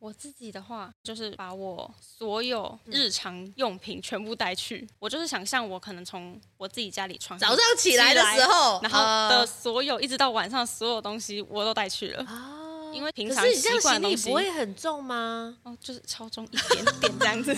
我自己的话，就是把我所有日常用品全部带去。我就是想象我可能从我自己家里床上早上起来的时候，然后呃的所有、一直到晚上所有东西我都带去了，啊因为平可常是你习这样惯行的李东西不会啊很重吗？哦，就是超重一点点这样子。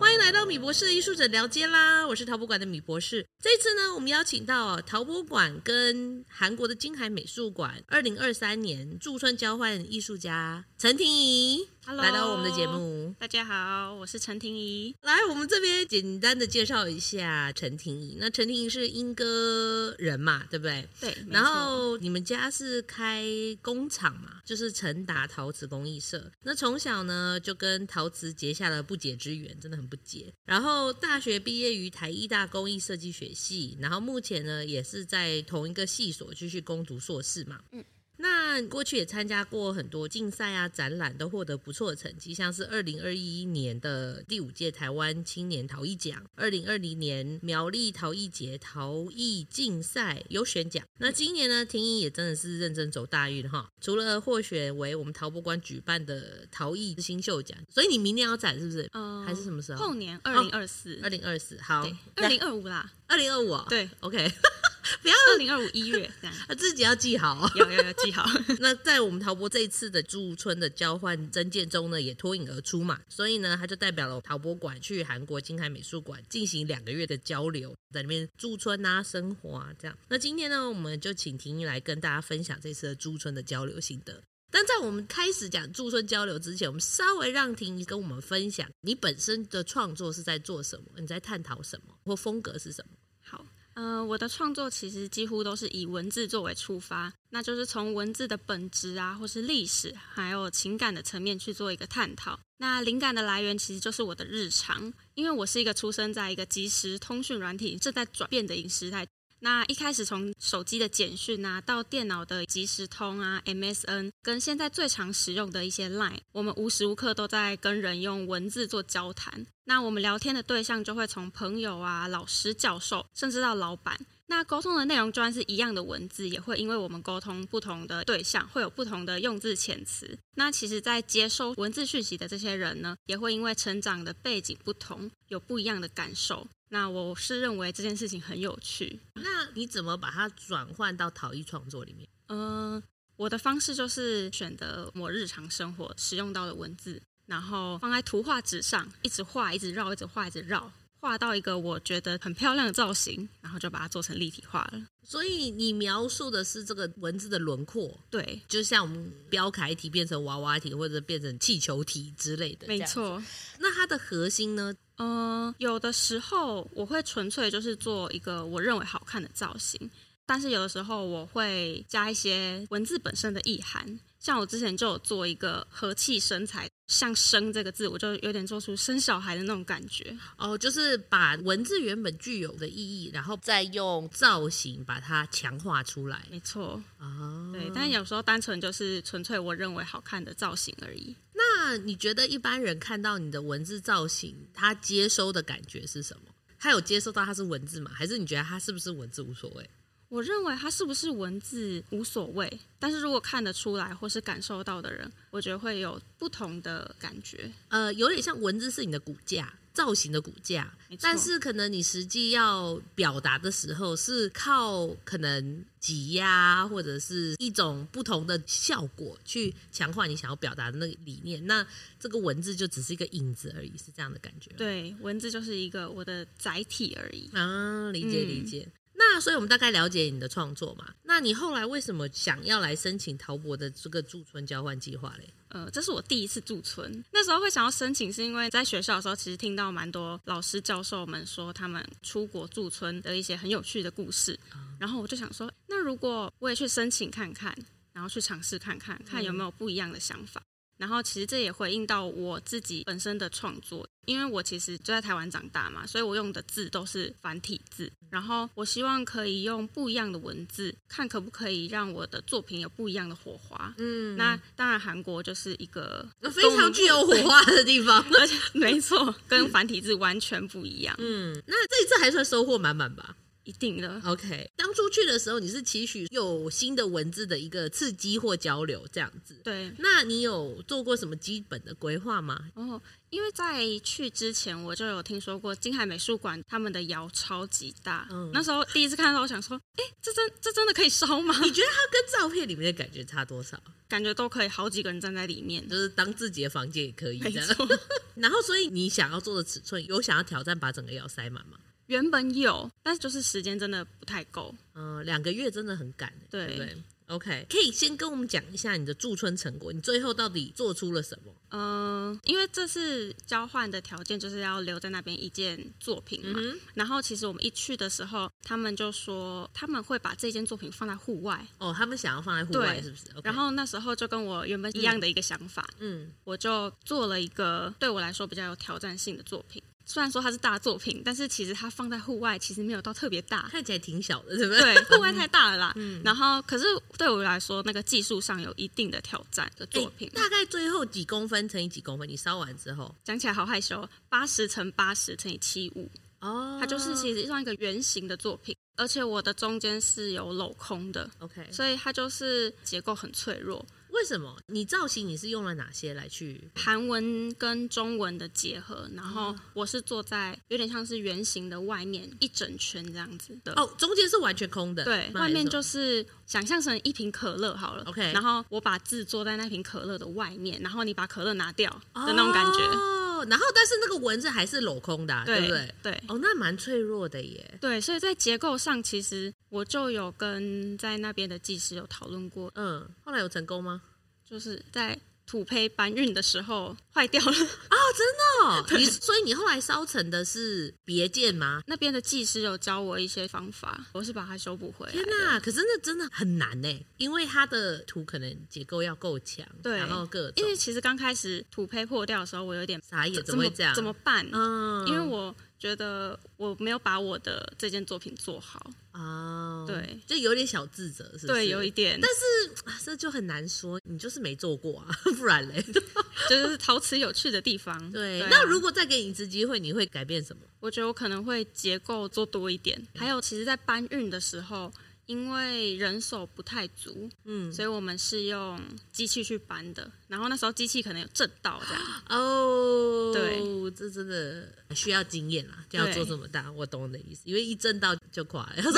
欢迎来到米博士的艺术者聊街啦，我是陶博馆的米博士。这次呢，我们邀请到呃陶博馆跟韩国的金海美术馆二零二三年驻村交换艺术家陈婷怡 Hello 来到我们的节目。 大家好，我是陈婷怡。来，我们这边简单的介绍一下陈婷怡。那陈婷怡是英歌人嘛，对不对？对，没然错后你们家是开工厂嘛，就是成达陶瓷工艺社。那从小呢就跟陶瓷结下了不解之缘，真的很不解。然后大学毕业于台艺大工艺设计学系，然后目前呢也是在同一个系所继续攻读硕士嘛。嗯那你过去也参加过很多竞赛啊、展览，都获得不错的成绩，像是二零二一年的第五届台湾青年陶艺奖，二零二零年苗栗陶艺节陶艺竞赛优选奖。那今年呢，婷宜也真的是认真走大运哈，除了获选为我们陶博馆举办的陶艺新秀奖，所以你明年要展是不是？呃还是什么时候后年二零二四二，哦零二四，好对，，二零二五啦，二零二五，啊对，OK， 二零二五一月这样。自己要记好哦。 有有有记好，那在我们陶博这一次的驻村的交换征件中呢，也脱颖而出嘛，所以呢，他就代表了陶博馆去韩国金海美术馆进行两个月的交流，在里面驻村啊、生活啊这样。那今天呢，我们就请婷宜来跟大家分享这次的驻村的交流心得。但在我们开始讲驻村交流之前，我们稍微让婷宜跟我们分享你本身的创作是在做什么，你在探讨什么，或风格是什么。好，呃，我的创作其实几乎都是以文字作为出发，那就是从文字的本质啊，或是历史，还有情感的层面去做一个探讨。那灵感的来源其实就是我的日常，因为我是一个出生在一个即时通讯软体正在转变的影时代。那一开始从手机的简讯啊，到电脑的即时通啊、MSN，跟现在最常使用的一些 Line，我们无时无刻都在跟人用文字做交谈。那我们聊天的对象就会从朋友啊、老师、教授，甚至到老板。那沟通的内容就算是一样的文字，也会因为我们沟通不同的对象，会有不同的用字遣词。那其实，在接收文字讯息的这些人呢，也会因为成长的背景不同，有不一样的感受。那我是认为这件事情很有趣，那你怎么把它转换到陶艺创作里面？嗯，我的方式就是选择我日常生活使用到的文字，然后放在图画纸上，一直画，一直绕，一直画，一直绕，画到一个我觉得很漂亮的造型，然后就把它做成立体化了。所以你描述的是这个文字的轮廓，对，就像我们标楷体变成娃娃体或者变成气球体之类的。没。错。那它的核心呢？嗯，有的时候我会纯粹就是做一个我认为好看的造型，但是有的时候我会加一些文字本身的意涵。像我之前就有做一个和气生财，像“生”这个字，我就有点做出生小孩的那种感觉。哦，就是把文字原本具有的意义，然后再用造型把它强化出来。没错，哦，对，但有时候单纯就是纯粹我认为好看的造型而已。那你觉得一般人看到你的文字造型，他接收的感觉是什么？他有接收到它是文字吗？还是你觉得它是不是文字无所谓？我认为它是不是文字无所谓，但是如果看得出来或是感受到的人，我觉得会有不同的感觉。呃，有点像文字是你的骨架，造型的骨架没错，但是可能你实际要表达的时候是靠可能挤压或者是一种不同的效果去强化你想要表达的那个理念。那这个文字就只是一个影子而已，是这样的感觉吗。对，文字就是一个我的载体而已。啊，理解嗯理解。那所以我们大概了解你的创作嘛？那你后来为什么想要来申请陶博的这个驻村交换计划嘞？呃，这是我第一次驻村，那时候会想要申请，是因为在学校的时候，其实听到蛮多老师教授们说他们出国驻村的一些很有趣的故事，然后我就想说，那如果我也去申请看看，然后去尝试看看，看有没有不一样的想法。然后其实这也回应到我自己本身的创作，因为我其实就在台湾长大嘛，所以我用的字都是繁体字。然后我希望可以用不一样的文字，看可不可以让我的作品有不一样的火花。嗯，那当然，韩国就是一个 非常具有火花的地方。而且没错，跟繁体字完全不一样。嗯嗯，那这一次还算收获满满吧？一定的。 OK，当初去的时候你是期许有新的文字的一个刺激或交流这样子。对，那你有做过什么基本的规划吗？然后因为在去之前我就有听说过金海美术馆他们的窑超级大，嗯那时候第一次看到我想说，哎、这真这真的可以烧 吗？你觉得它跟照片里面的感觉差多少？感觉都可以好几个人站在里面。就是当自己的房间也可以这没样。错， 然后，所以你想要做的尺寸，有想要挑战把整个腰塞满吗？原本有，但是就是时间真的不太够。嗯、两个月真的很赶，对不对？OK，可以先跟我们讲一下你的驻村成果，你最后到底做出了什么？嗯，因为这次交换的条件就是要留在那边一件作品嘛。嗯，然后其实我们一去的时候，他们就说他们会把这件作品放在户外。哦，他们想要放在户外，对是不是 o k 然，后那时候就跟我原本一样的一个想法，嗯，我就做了一个对我来说比较有挑战性的作品。虽然说它是大作品，但是其实它放在户外其实没有到特别 大，看起来挺小的，是不是？对，户外太大了啦。嗯然后可是对我来说，那个技术上有一定的挑战的作品。大概最后几公分乘以几公分，你烧完之后，讲起来好害羞，八十乘八十乘以七五，哦，它就是其实像一个圆形的作品，而且我的中间是有镂空的， OK。所以它就是结构很脆弱。为什么你造型你是用了哪些来去？韩文跟中文的结合，然嗯后我是坐在有点像是圆形的外面一整圈这样子的。哦，中间是完全空的，嗯对，那外面还就是是想象成一瓶可乐好了 OK 然后我把字坐在那瓶可乐的外面，然后你把可乐拿掉的那种感觉，哦，然后但是那个文字还是镂空的啊、对对不对？对哦，那蛮脆弱的耶。对，所以在结构上，其实我就有跟在那边的技师有讨论过，嗯，后来有成功吗？就是在土坯搬运的时候坏掉了，哦， 你所以你后来烧成的是别件吗？那边的技师有教我一些方法，我是把它修补回来天的。哪！可是那真的很难呢，因为它的图可能结构要够强，对然后各因种为其实刚开始土坯破掉的时候，我有点傻眼，怎么么会这样？怎么办？嗯，因为我觉得我没有把我的这件作品做好，哦，对，就有点小自责，是不是？对，有一点，但是啊这就很难说，你就是没做过啊， 不然嘞。就是陶瓷有趣的地方。对，啊那如果再给你一次机会，你会改变什么？我觉得我可能会结构做多一点，嗯还有其实，在搬运的时候，因为人手不太足，嗯，所以我们是用机器去搬的。然后那时候机器可能有震到这样，哦，对，这真的需要经验啦，就要对做这么大，我懂你的意思，因为一震到就垮了，然 后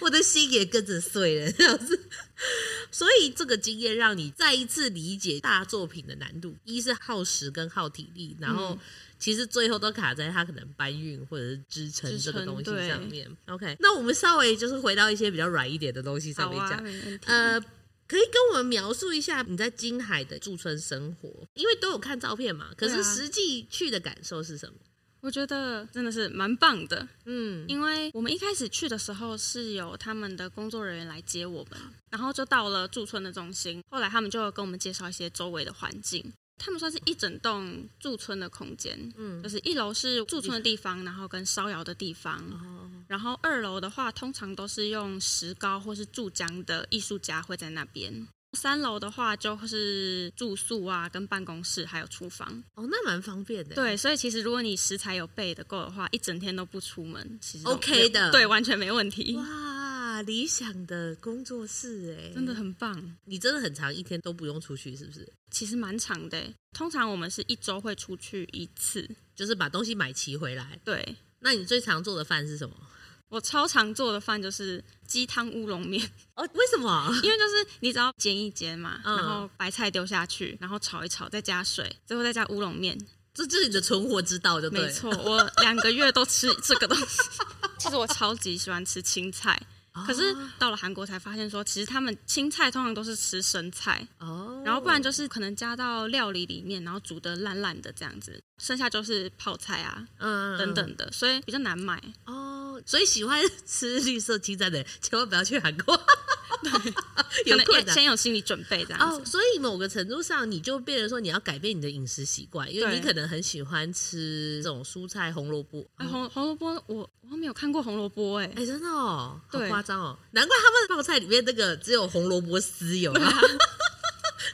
我的心也跟着碎了，这 样子。所以这个经验让你再一次理解大作品的难度，一是耗时跟耗体力，然后嗯其实最后都卡在它可能搬运或者是支撑支这个撑东西对上面。OK，那我们稍微就是回到一些比较软一点的东西上好面讲啊，。没问题。呃，可以跟我们描述一下你在金海的驻村生活，因为都有看照片嘛，可对是啊实际去的感受是什么？我觉得真的是蛮棒的，嗯，因为我们一开始去的时候是有他们的工作人员来接我们，然后就到了驻村的中心。后来他们就有跟我们介绍一些周围的环境。他们算是一整栋驻村的空间，嗯，就是一楼是驻村的地方，然后跟烧窑的地方，然后二楼的话通常都是用石膏或是注浆的艺术家会在那边，三楼的话就是住宿啊、跟办公室还有厨房，哦，那蛮方便的。对，所以其实如果你食材有备的够的话，一整天都不出门，其实都 OK 没的对，完全没问题，哇，理想的工作室哎，真的，很棒。你真的很长一天都不用出去，是不是？其实蛮长的欸，通常我们是一周会出去一次。就是把东西买齐回来。对那你最常做的饭是什么？我超常做的饭就是鸡汤乌龙面， 哦，为什么？因为就是你只要煎一煎嘛，嗯然后白菜丢下去，然后炒一炒，再加水，最后再加乌龙面。这就是你的存活之道，就对了。没错，我两个月都吃这个东西。 其实我超级喜欢吃青菜，哦，可是到了韩国才发现说，其实他们青菜通常都是吃生菜，哦，然后不然就是可能加到料理里面，然后煮的烂烂的这样子，剩下就是泡菜啊嗯等等的，所以比较难买。哦，所以喜欢吃绿色青菜的人，千万不要去韩 国， 可 有能困要难先有心理准备这样哦子。。所以某个程度上，你就变成说你要改变你的饮食习惯，因为对你可能很喜欢吃这种蔬菜、红萝卜。哎哎、红红萝卜，我我没有看过红萝卜哎、真的哦，好对夸哎 张哦，难怪他们泡菜里面那个只有红萝卜丝有啊，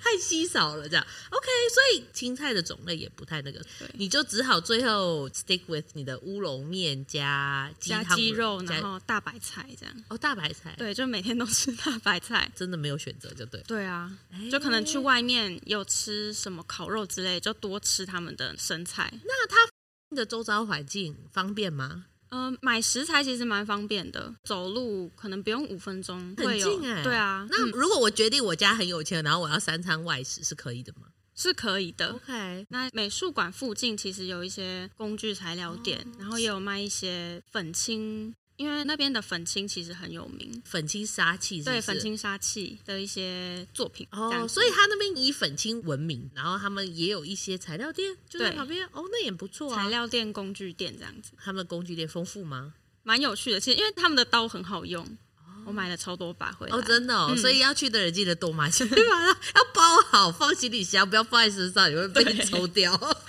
太稀少了这样。OK，所以青菜的种类也不太那个对，你就只好最后 stick with 你的乌龙面加鸡加汤鸡肉，加然后大白菜这样。哦大白菜，，对，就每天都吃大白菜。真的没有选择就对了。对啊，哎就可能去外面有吃什么烤肉之类，就多吃他们的生菜。哎那它的周遭环境方便吗？呃，买食材其实蛮方便的，走路可能不用五分钟，很会有近哎、对啊，那嗯如果我决定我家很有钱，然后我要三餐外食是可以的吗是可以哦的。 ？OK，那美术馆附近其实有一些工具材哦料店，然后也有卖一些粉青，因为那边的粉青其实很有名，粉青杀气是不对是粉。青杀器的一些作品。这样哦，子所以他那边以粉青闻名，然后他们也有一些材料店，就在对旁边。哦，那也不错材啊。料店、工具店这样子，他们的工具店丰富吗？蛮有趣的。其实因为他们的刀很好用，我买了超多把回来。哦，真的哦，嗯所以要去的人记得 多买，去把它要包好，放行李箱，不要放在身上，你会被对抽掉。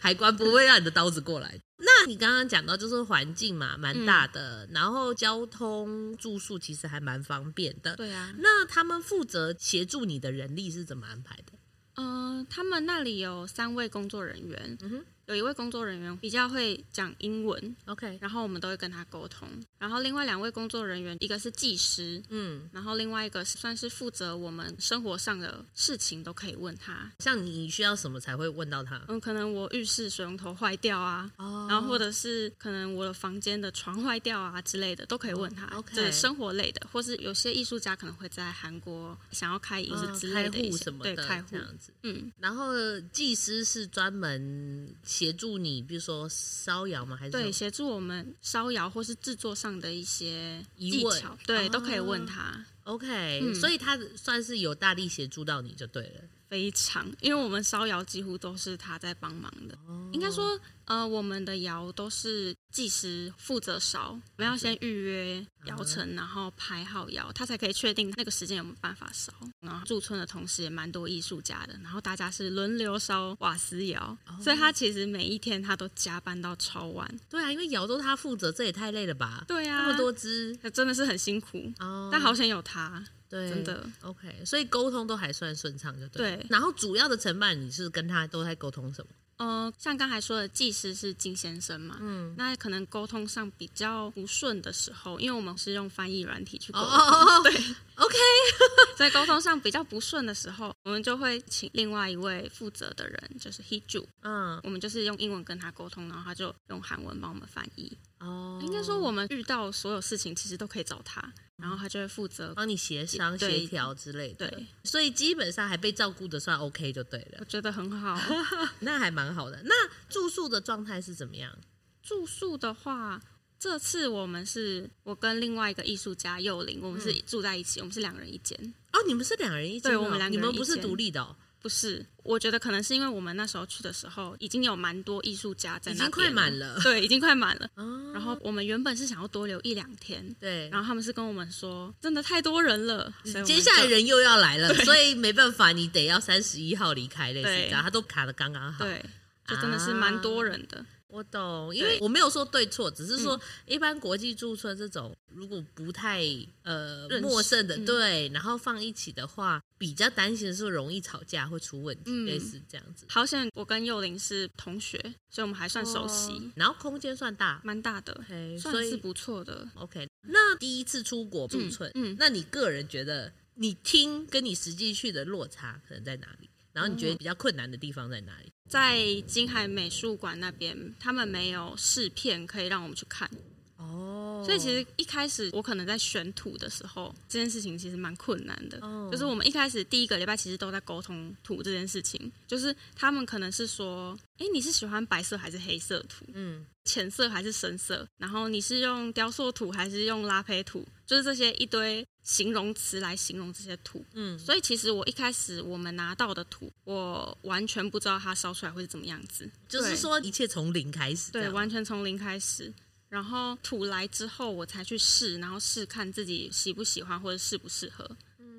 海关不会让你的刀子过来。那你刚刚讲到就是环境嘛，嗯蛮大的，然后交通住宿其实还蛮方便的。对啊，那他们负责协助你的人力是怎么安排的？呃，他们那里有三位工作人员，嗯哼有一位工作人员比较会讲英文， ，OK，然后我们都会跟他沟通。然后另外两位工作人员，一个是技师，嗯，然后另外一个是算是负责我们生活上的事情都可以问他。像你需要什么才会问到他？嗯，可能我浴室水龙头坏掉啊。哦然后或者是可能我的房间的床坏掉啊之类的，都可以问他。哦，OK 对生活类的，或是有些艺术家可能会在韩国想要开影嗯子之开类的一户些，什么对的，开户这，样子。嗯，然后技师是专门协助你，比如说瘙痒吗？还是对，什么协助我们烧窑或是制作上的一些疑技问巧，对，哦都可以问他。 ？OK，、嗯所以他算是有大力协助到你就对了。非常，因为我们烧窑几乎都是他在帮忙的。应该说，哦呃，我们的窑都是技师负责烧，我们要先预约嗯窑城，然后排好窑，他才可以确定那个时间有没有办法烧。然后驻村的同时也蛮多艺术家的，然后大家是轮流烧瓦斯窑，所以哦他其实每一天他都加班到超晚。对啊，因为瑶都他负责，这也太累了吧？对啊，那么多只真的是很辛苦，哦，但好险有他，对，真的 OK，所以沟通都还算顺畅，就对了。对然后主要的承办你是跟他都在沟通什么？呃，像刚才说的，技师是金先生嘛，嗯，那可能沟通上比较不顺的时候，因为我们是用翻译软体去沟哦通， 哦哦，对，OK，所以沟通上比较不顺的时候，我们就会请另外一位负责的人，就是 Hiju，嗯，我们就是用英文跟他沟通，然后他就用韩文帮我们翻译。哦，应该说，我们遇到所有事情其实都可以找他，然后他就会负责。帮你协商、对协调之类的。对，所以基本上还被照顾的算 OK 就对了我。觉得很好。 那还蛮好的。那住宿的状态是怎么样？住宿的话，这次我们是我跟另外一个艺术家幼玲，我们嗯是住在一起，我们是两人一间。哦，你们是两人一间、哦，对我们两个人你们不一是间独立的、哦，不是，我觉得可能是因为我们那时候去的时候，已经有蛮多艺术家在已那边，经快满，了。对，已经快满了。哦，然后我们原本是想要多留一两天，对，然后他们是跟我们说，真的太多人了，所以我们接下来就人又要来了，所以没办法，你得要三十一号离开，类似对这样，他都卡的刚刚好。对，就真的是蛮多人的。我懂，因为我没有说对错，只是说嗯一般国际驻村这种，如果不太呃认识陌生的嗯对，然后放一起的话，比较担心的是容易吵架会出问题，嗯类似这样子。好险，我跟幼玲是同学，所以我们还算熟悉，哦然后空间算大蛮大的， ，OK，算所是以不错的。 OK，那第一次出国驻村，嗯嗯那你个人觉得你听跟你实际去的落差可能在哪里？然后你哦觉得比较困难的地方在哪里？在金海美术馆那边，他们没有试片可以让我们去看，哦所以其实一开始我可能在选土的时候，这件事情其实蛮困难的。哦就是我们一开始第一个礼拜其实都在沟通土这件事情，就是他们可能是说，哎，你是喜欢白色还是黑色土，嗯，浅色还是深色，然后你是用雕塑土还是用拉胚土，就是这些一堆形容词来形容这些土。嗯所以其实我一开始我们拿到的土，我完全不知道它烧出来会是怎么样子，就是对说一切从零开始，这对，样完全从零开始。然后土来之后，我才去试，然后试看自己喜不喜欢或者适不适合。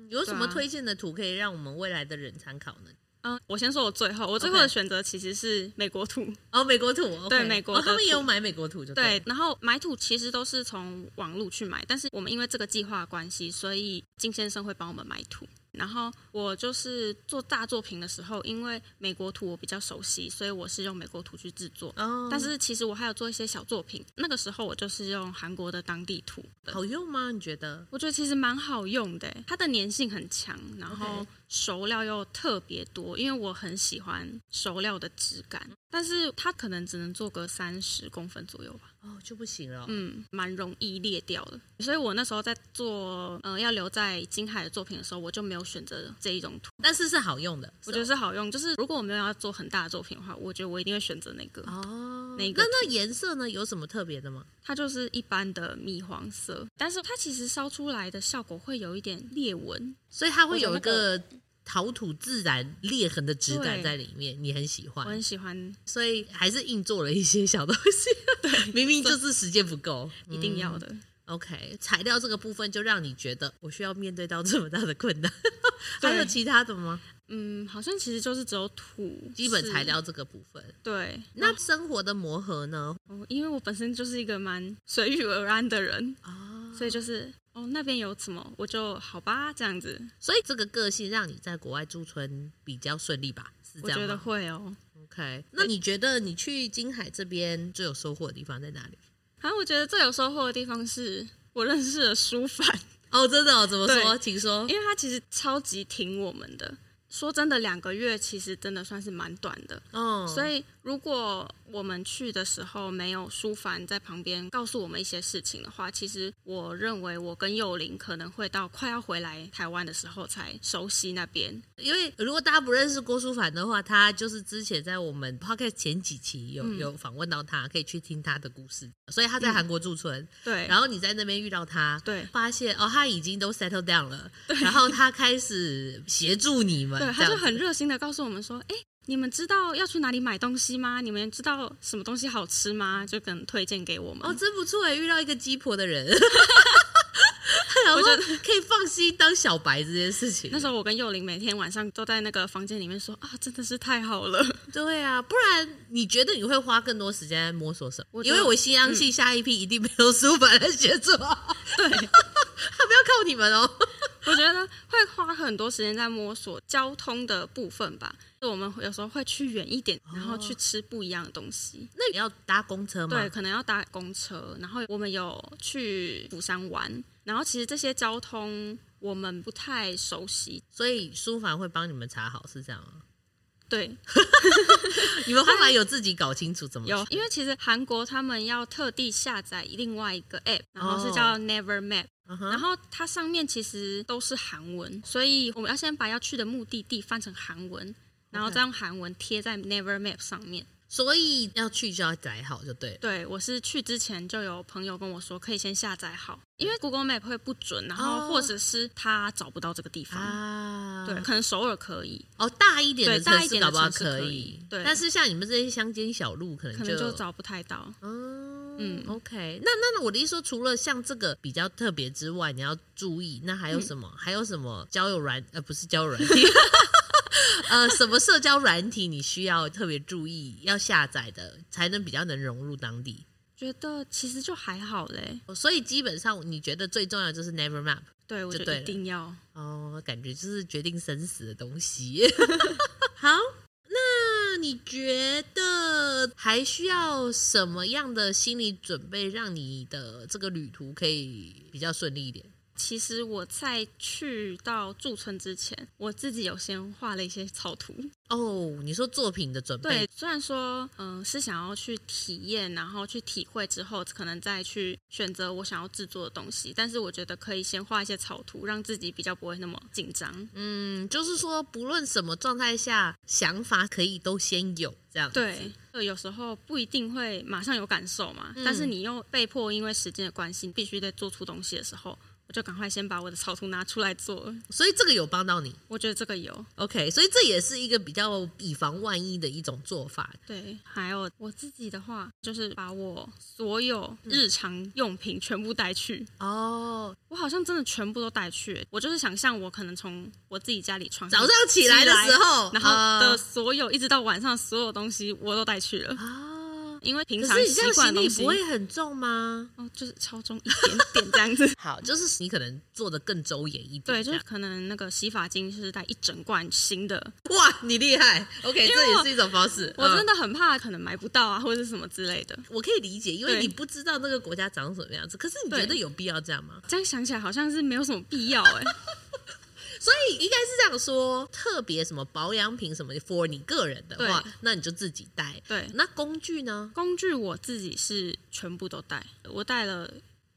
有什么对啊推荐的图可以让我们未来的人参考呢？嗯，我先说我最后，我最后的 OK 选择其实是美国土。哦，美国土，OK 对美国的哦，他们也有土买美国土，就对对了，，然后买土其实都是从网络去买，但是我们因为这个计划的关系，所以金先生会帮我们买土。然后我就是做大作品的时候，因为美国图我比较熟悉，所以我是用美国图去制作。哦，但是其实我还有做一些小作品，那个时候我就是用韩国的当地图的，好用吗？你觉得？我觉得其实蛮好用的欸，它的粘性很强，然后 OK 熟料又特别多，因为我很喜欢熟料的质感，但是它可能只能做个三十公分左右吧。哦，就不行了。嗯，蛮容易裂掉的。所以我那时候在做呃要留在金海的作品的时候，我就没有选择这一种图。但是是好用的，我觉得是好用，就是如果我没有要做很大的作品的话，我觉得我一定会选择那个。哦。哪那一个那颜色呢？有什么特别的吗？它就是一般的米黄色，但是它其实烧出来的效果会有一点裂纹。所以它会我觉得有一那个个陶土自然裂痕的质感对在里面，你很喜我欢很，喜欢，所以还是硬做了一些小东 西。对， 明明就是时间不够，嗯一定要的。 OK，材料这个部分就让你觉得我需要面对到这么大的困难，对 还有其他的吗？嗯，好像其实就是只有土基本是材。料这个部分，对，那生活的磨合呢？哦因为我本身就是一个蛮随遇而安的人，啊，所以就是哦那边有什么我就好吧这样子。所以这个个性让你在国外驻村比较顺利吧？是这我样觉得吗会哦。 ？OK，那你觉得你去金海这边最有收获的地方在哪里？然后我觉得最有收获的地方是我认识了舒凡，哦，真的、哦？怎么说？对请说。因为他其实超级挺我们的。说真的，两个月其实真的算是蛮短的。哦，所以，如果我们去的时候没有舒凡在旁边告诉我们一些事情的话，其实我认为我跟幼林可能会到快要回来台湾的时候才熟悉那边。因为如果大家不认识郭书凡的话，他就是之前在我们 podcast 前几期嗯有、有访问到他，可以去听他的故事。所以他在韩国驻村，对，然后后你在那边遇到他，对发现哦他已经都 settle down 了，然后他开始协助你们，对，这他样就子很热心的告诉我们说：“哎，你们知道要去哪里买东西吗？你们知道什么东西好吃吗？”就可能推荐给我们。哦，真不错哎，遇到一个鸡婆的人，然 后我觉可以放心当小白这件事情那。时候我跟幼玲每天晚上都在那个房间里面说啊，真的是太好了。对啊，不然你觉得你会花更多时间在摸索什么？我因觉得为我西洋系下一批一定没有书法来协助，他 对，不要靠你们哦。我觉得会花很多时间在摸索交通的部分吧。就我们有时候会去远一点，然后去吃不一样的东西。那你要搭公车哦吗？对，可能要搭公车，然后我们有去釜山玩，然后其实这些交通我们不太熟悉。所以书房会帮你们查好，是这样吗？对，你们后来有自己搞清楚怎么有，去因为其实韩国他们要特地下载另外一个 app，然后哦是叫 Never Map，、嗯哼然后它上面其实都是韩文，所以我们要先把要去的目的地翻成韩文，然后 OK 再用韩文贴在 Never Map 上面。所以要去就要载好就对了。对我是去之前就有朋友跟我说，可以先下载好，因为 Google Map 会不准，然哦后或者是他找不到这个地方。啊，对，可能首尔可以，哦，大一点的对大城一市点的搞不好城市可以以，对但是像你们这些乡间小路，可能可能就找不太到。嗯嗯 OK，那那那我的意思说，除了像这个比较特别之外，你要注意，那还有什么？嗯还有什么交友软呃不是交友软体， 呃什么社交软体你需要特别注意要下载的，才能比较能融入当地。觉得其实就还好嘞。哦所以基本上你觉得最重要的就是 Never Map 对，我就觉对得了一定要。哦，感觉就是决定生死的 东西。好，那你觉得还需要什么样的心理准备，让你的这个旅途可以比较顺利一点？其实我在去到驻村之前，我自己有先画了一些草图。哦，你说作品的准备对，虽然说嗯、呃是想要去体验，然后去体会之后，可能再去选择我想要制作的东西，但是我觉得可以先画一些草图，让自己比较不会那么紧张。嗯，就是说不论什么状态下，想法可以都先有这样。对，，呃有时候不一定会马上有感受嘛，但是你又被迫因为时间的关系，必须得做出东西的时候，我就赶快先把我的草图拿出来做。所以这个有帮到你。我觉得这个有 OK，所以这也是一个比较以防万一的一种做法。对，还有我自己的话，就是把我所有日常用品全部带去。哦，我好像真的全部都带去，欸我就是想象我可能从我自己家里床上早上起来的时候，然后呃的所有、一直到晚上所有东西我都带去了。啊，因为平可常是你这习样惯行的李东西不会很重吗？。哦，就是超重一点点这样子 好，就是你可能做的更周延一点。对，这就是样可能那个洗发精是带一整罐新的，哇，你厉害。OK，因为这也我是一种方式。我嗯真的很怕可能买不到啊，或者是什么之类的。我可以理解，因为对你不知道那个国家长什么样子。可是你觉得对有必要这样吗？这样想起来好像是没有什么必要哎、所以应该是这样说：特别什么保养品什么，for 你个人的话对，那你就自己带。对，那工具呢？工具我自己是全部都带，我带了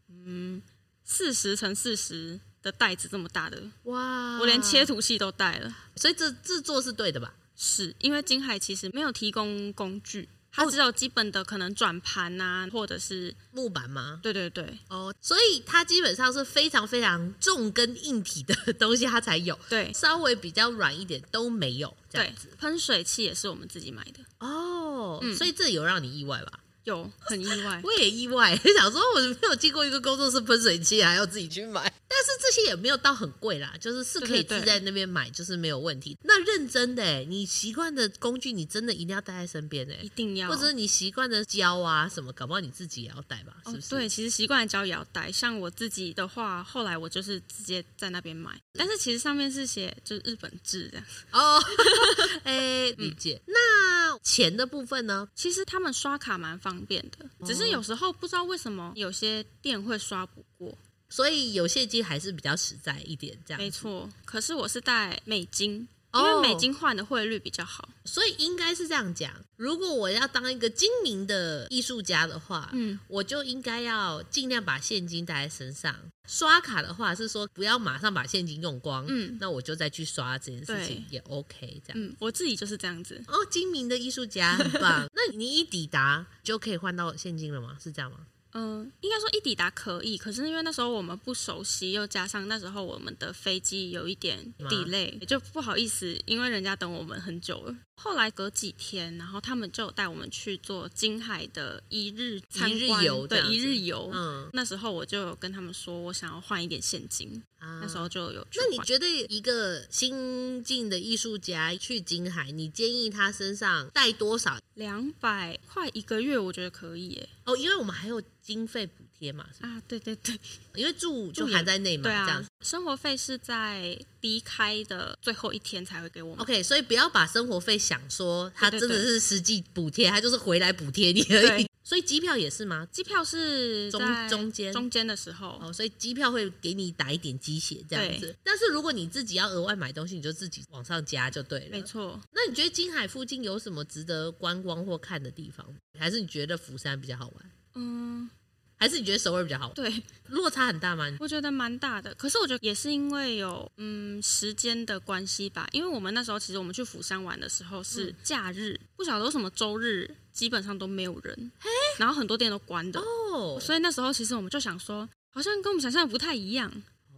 嗯四十乘四十的袋子这么大的，哇，我连切，图器都带了。所以这制作是对的吧？是因为金海其实没有提供工具，它哦只有基本的可能转盘啊，或者是木板吗？对对对哦，所以它基本上是非常非常重跟硬体的 东西，它才有，对稍微比较软一点都没有这对样子。，喷水器也是我们自己买的，哦，嗯所以这有让你意外吧？ 有很意外。我也意外， 想说我没有经过一个工作室喷水器，还要自己去买。 但是这些也没有到很贵啦，就是是可对以对自己在那边买，就是没有问题。那认真的、欸，你习惯的工具，你真的一定要带在身边哎、一定要或者是你习惯的胶啊什么，搞不好你自己也要带吧，是哦不，是？对，其实习惯的胶也要带。像我自己的话，后来我就是直接在那边买，但是其实上面是写就是日本制这样。哦， 哎、嗯理解。那钱的部分呢？其实他们刷卡蛮方便的，只哦是有时候不知道为什么有些店会刷不过。所以有现金还是比较实在一点，这样没子。错，可是我是带美金，因哦为美金换的汇率比较好。所以应该是这样讲：如果我要当一个精明的艺术家的话，嗯，我就应该要尽量把现金带在身上。刷卡的话是说不要马上把现金用光，嗯那我就再去刷这件事情也 OK，这样。嗯，我自己就是这样子。哦，精明的艺术家很 棒。那你一抵达就可以换到现金了吗？是这样吗？嗯、应该说一抵达可以，可是因为那时候我们不熟悉，又加上那时候我们的飞机有一点吗 delay，就不好意思，因为人家等我们很久了。后来隔几天，然后他们就有带我们去做金海的一日参一日观游这对样一子日游。嗯那时候我就有跟他们说，我想要换一点现金，啊那时候就有去那你换觉得一个新进的艺术家去金海，你建议他身上带多少？两百块一个月，我觉得可以耶哦，因为我们还有经费补贴嘛，是吧啊！对对对，因为住就住也含在内嘛，对这样啊子。，生活费是在离开的最后一天才会给我们。 OK，所以不要把生活费想说他对真对的是实际补贴，他就是回来补贴你而已对。所以机票也是吗？机票是中在中间中间的时候，哦，所以机票会给你打一点鸡血这样子。但是如果你自己要额外买东西，你就自己往上加就对没了。错。那你觉得金海附近有什么值得观光或看的地方吗？还是你觉得釜山比较好玩？嗯，还是你觉得首尔比较好玩？对，落差很大吗？我觉得蛮大的。可是我觉得也是因为有嗯时间的关系吧，因为我们那时候其实我们去釜山玩的时候嗯是假日，不晓得为什么周日基本上都没有人，然后很多店都关的，哦，所以那时候其实我们就想说，好像跟我们想象的不太一样。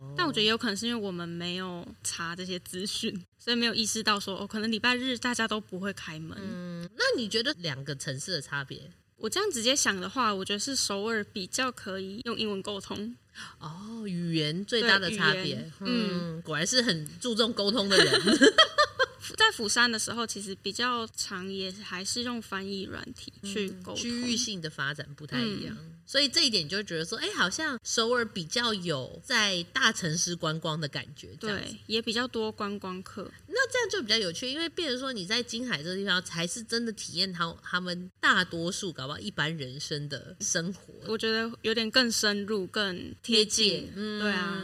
哦但我觉得也有可能是因为我们没有查这些资讯，所以没有意识到说哦，可能礼拜日大家都不会开门。嗯，那你觉得两个城市的差别？我这样直接想的话，我觉得是首尔比较可以用英文沟通。哦，语言最大的差对语别言，嗯，果然是很注重沟通 的人。在釜山的时候，其实比较常也还是用翻译软体去沟通。嗯区域性的发展不太一样，嗯所以这一点你就会觉得说，哎，好像首尔比较有在大城市观光的感觉，这样子。对，也比较多观光客。那这样就比较有趣，因为变成说你在金海这个地方才是真的体验到他们大多数搞不好一般人生的生活。我觉得有点更深入、更贴近。嗯对啊。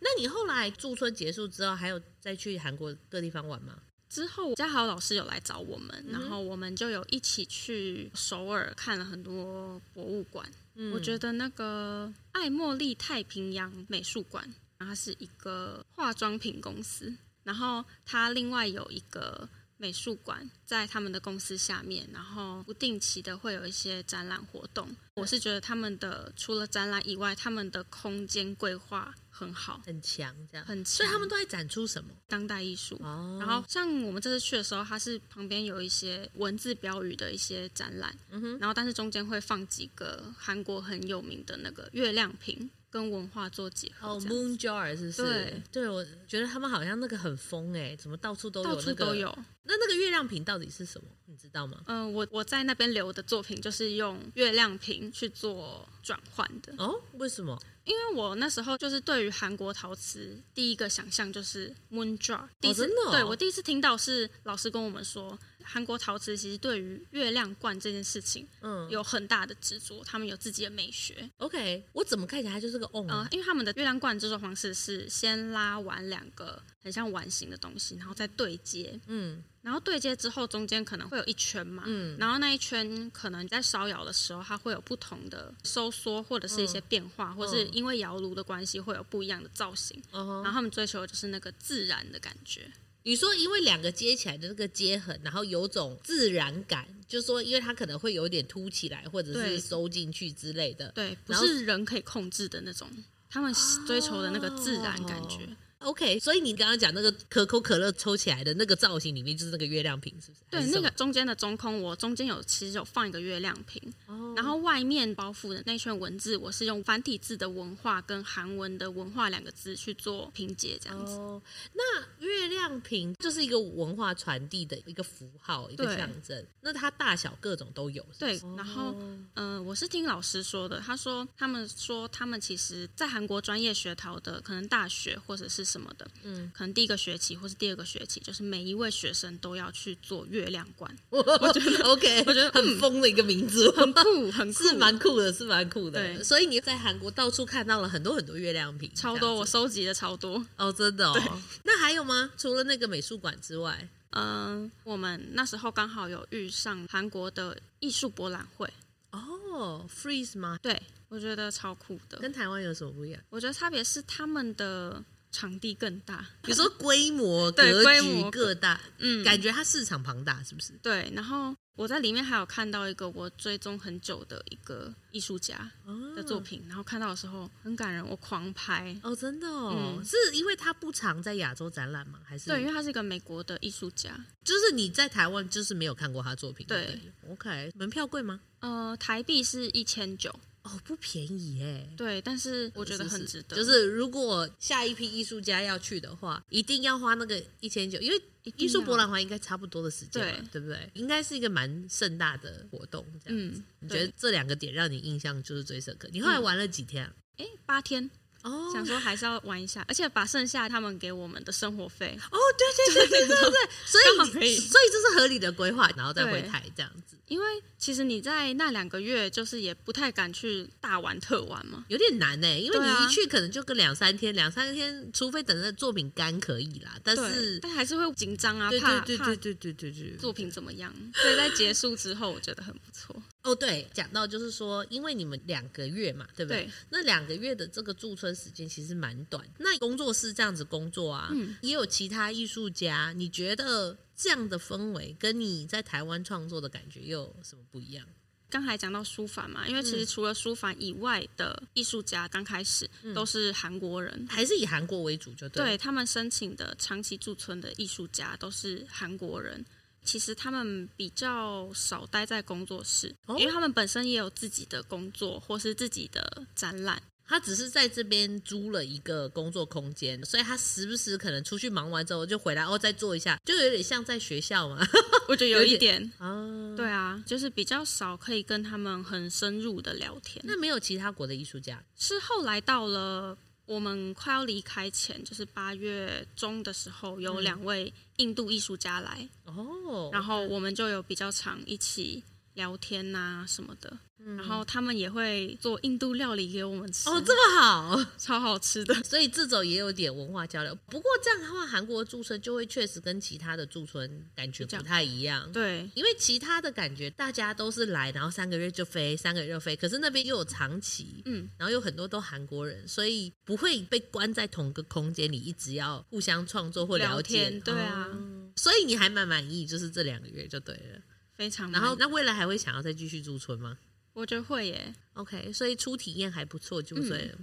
那你后来驻村结束之后，还有再去韩国各地方玩吗？之后嘉豪老师有来找我们，嗯然后我们就有一起去首尔看了很多博物馆。嗯我觉得那个爱茉莉太平洋美术馆，然后它是一个化妆品公司，然后它另外有一个。美术馆在他们的公司下面，然后不定期的会有一些展览活动。我是觉得他们的除了展览以外，他们的空间规划很好，很强，这样，很所以他强们都在展出什么？当代艺术。哦然后像我们这次去的时候，它是旁边有一些文字标语的一些展览，嗯然后但是中间会放几个韩国很有名的那个月亮瓶，跟文化做结合哦这样。 ，Moon Jar 是不是？对，我觉得他们好像那个很疯哎、怎么到处都有到那处个？都有，那那个月亮瓶到底是什么？你知道吗？嗯、我我在那边留的作品就是用月亮瓶去做转换的，哦，为什么？因为我那时候就是对于韩国陶瓷第一个想象就是 moon jar，第一次、真的哦对我第一次听到是老师跟我们说，韩国陶瓷其实对于月亮罐这件事情嗯有很大的执着，他们有自己的美学。 ，OK，我怎么看起来它就是个 on 呃啊？，因为他们的月亮罐制作方式是先拉完两个很像碗形的东西，然后再对接，嗯然后对接之后中间可能会有一圈嘛，嗯然后那一圈可能在烧窑的时候，它会有不同的收缩或者是一些变化，或是因为窑炉的关系会有不一样的造型。哦然后他们追求的就是那个自然的感觉，你说因为两个接起来的那个接痕，然后有种自然感，就说因为它可能会有点凸起来，或者是对收进去之类的。对，不然后是人可以控制的那种。他们追求的那个自然感觉， OK，所以你刚刚讲那个可口可乐抽起来的那个造型里面，就是那个月亮瓶，是不是？还对是那什个么，中间的中空，我中间有其实有放一个月亮瓶，哦然后外面包覆的那圈文字，我是用繁体字的文化跟韩文的文化两个字去做拼接，这样子。哦，那月亮瓶就是一个文化传递的一个符号，一个对象征。那它大小各种都有， 是不对是，然后哦呃，我是听老师说的，他说他们说他们其实在韩国专业学陶的，可能大学或者是什么的，嗯，可能第一个学期或是第二个学期，就是每一位学生都要去做月亮 冠， OK，我觉得很嗯疯的一个名字，很酷， 很酷， 是蛮酷的，是蛮酷的。对所以你在韩国到处看到了很多很多月亮瓶，超这多，样我子收集的超多。哦，真的哦。那还有吗？除了那个美术馆之外，嗯、我们那时候刚好有遇上韩国的艺术博览会，哦，freeze 吗？对我觉得超酷的，跟台湾有什么不一 样？我觉得差别是他们的场地更大，比如说规模、对格规局模各大， 嗯感觉它市场庞大，是不是？对。然后我在里面还有看到一个我追踪很久的一个艺术家的作品，然后看到的时候很感人，我狂拍。哦，真的哦，嗯是因为它不常在亚洲展览吗？还是对，因为他是一个美国的艺术家，就是你在台湾就是没有看过他作品？对不 o k 门票贵吗？呃，台币是一千九，哦，不便宜哎。对，但是我觉得是很是值得，就是如果下一批艺术家要去的话，一定要花那个一千九，因为一定艺术要博览会应该差不多的时间嘛，对不对？应该是一个蛮盛大的活动，这样。嗯，你觉对嗯得这两个点让你印象就是最深刻？你后来玩了几天啊、哎八天，哦想说还是要玩一下，而且把剩下他们给我们的生活费，哦，对对对对对对，所刚以好可以所以这是合理的规划，然后再回对台这样子，因为其实你在那两个月就是也不太敢去大玩特玩嘛，有点难呢、欸因为对你啊一去可能就个两三天，两三天，除非等那作品干可以啦，但对，是但还是会紧张啊，对怕对对怕对对对对对，作品怎么样。所以在结束之后，我觉得很不错。哦，对，讲到就是说，因为你们两个月嘛，对不对？对那两个月的这个驻村时间其实蛮短。那工作室这样子工作啊，嗯也有其他艺术家，你觉得这样的氛围跟你在台湾创作的感觉又有什么不一样？刚才讲到书法嘛，因为嗯其实除了书法以外的艺术家，刚开始都是韩国人。还是以韩国为主就嗯对了。对他们申请的长期驻村的艺术家都是韩国人，其实他们比较少待在工作室，哦因为他们本身也有自己的工作或是自己的展 览。他只是在这边租了一个工作空间，所以他时不时可能出去忙完之后就回来，哦，再做一下，就有点像在学校嘛。我觉得有有一点点，啊，对啊，就是比较少可以跟他们很深入的聊天。 那没有其他国的艺术家是后来到了我们快要离开前，就是八月中的时候，有两位印度艺术家来，嗯哦。然后我们就有比较常一起聊天呐、什么的，然后他们也会做印度料理给我们吃，嗯哦，这么好。超好吃 的。所以这种也有点文化交流。不过这样的话，韩国的驻村就会确实跟其他的驻村感觉不太一样。对因为其他的感觉，大家都是来，然后三个月就飞，三个月就飞。可是那边又有长期，嗯，然后有很多都韩国人，所以不会被关在同个空间里，一直要互相创作或聊解。天对啊哦所以你还蛮满意，就是这两个月就对了。非常然满意。后，那未来还会想要再继续驻村吗？我觉得会耶， OK，所以初体验还不错，就对嗯了。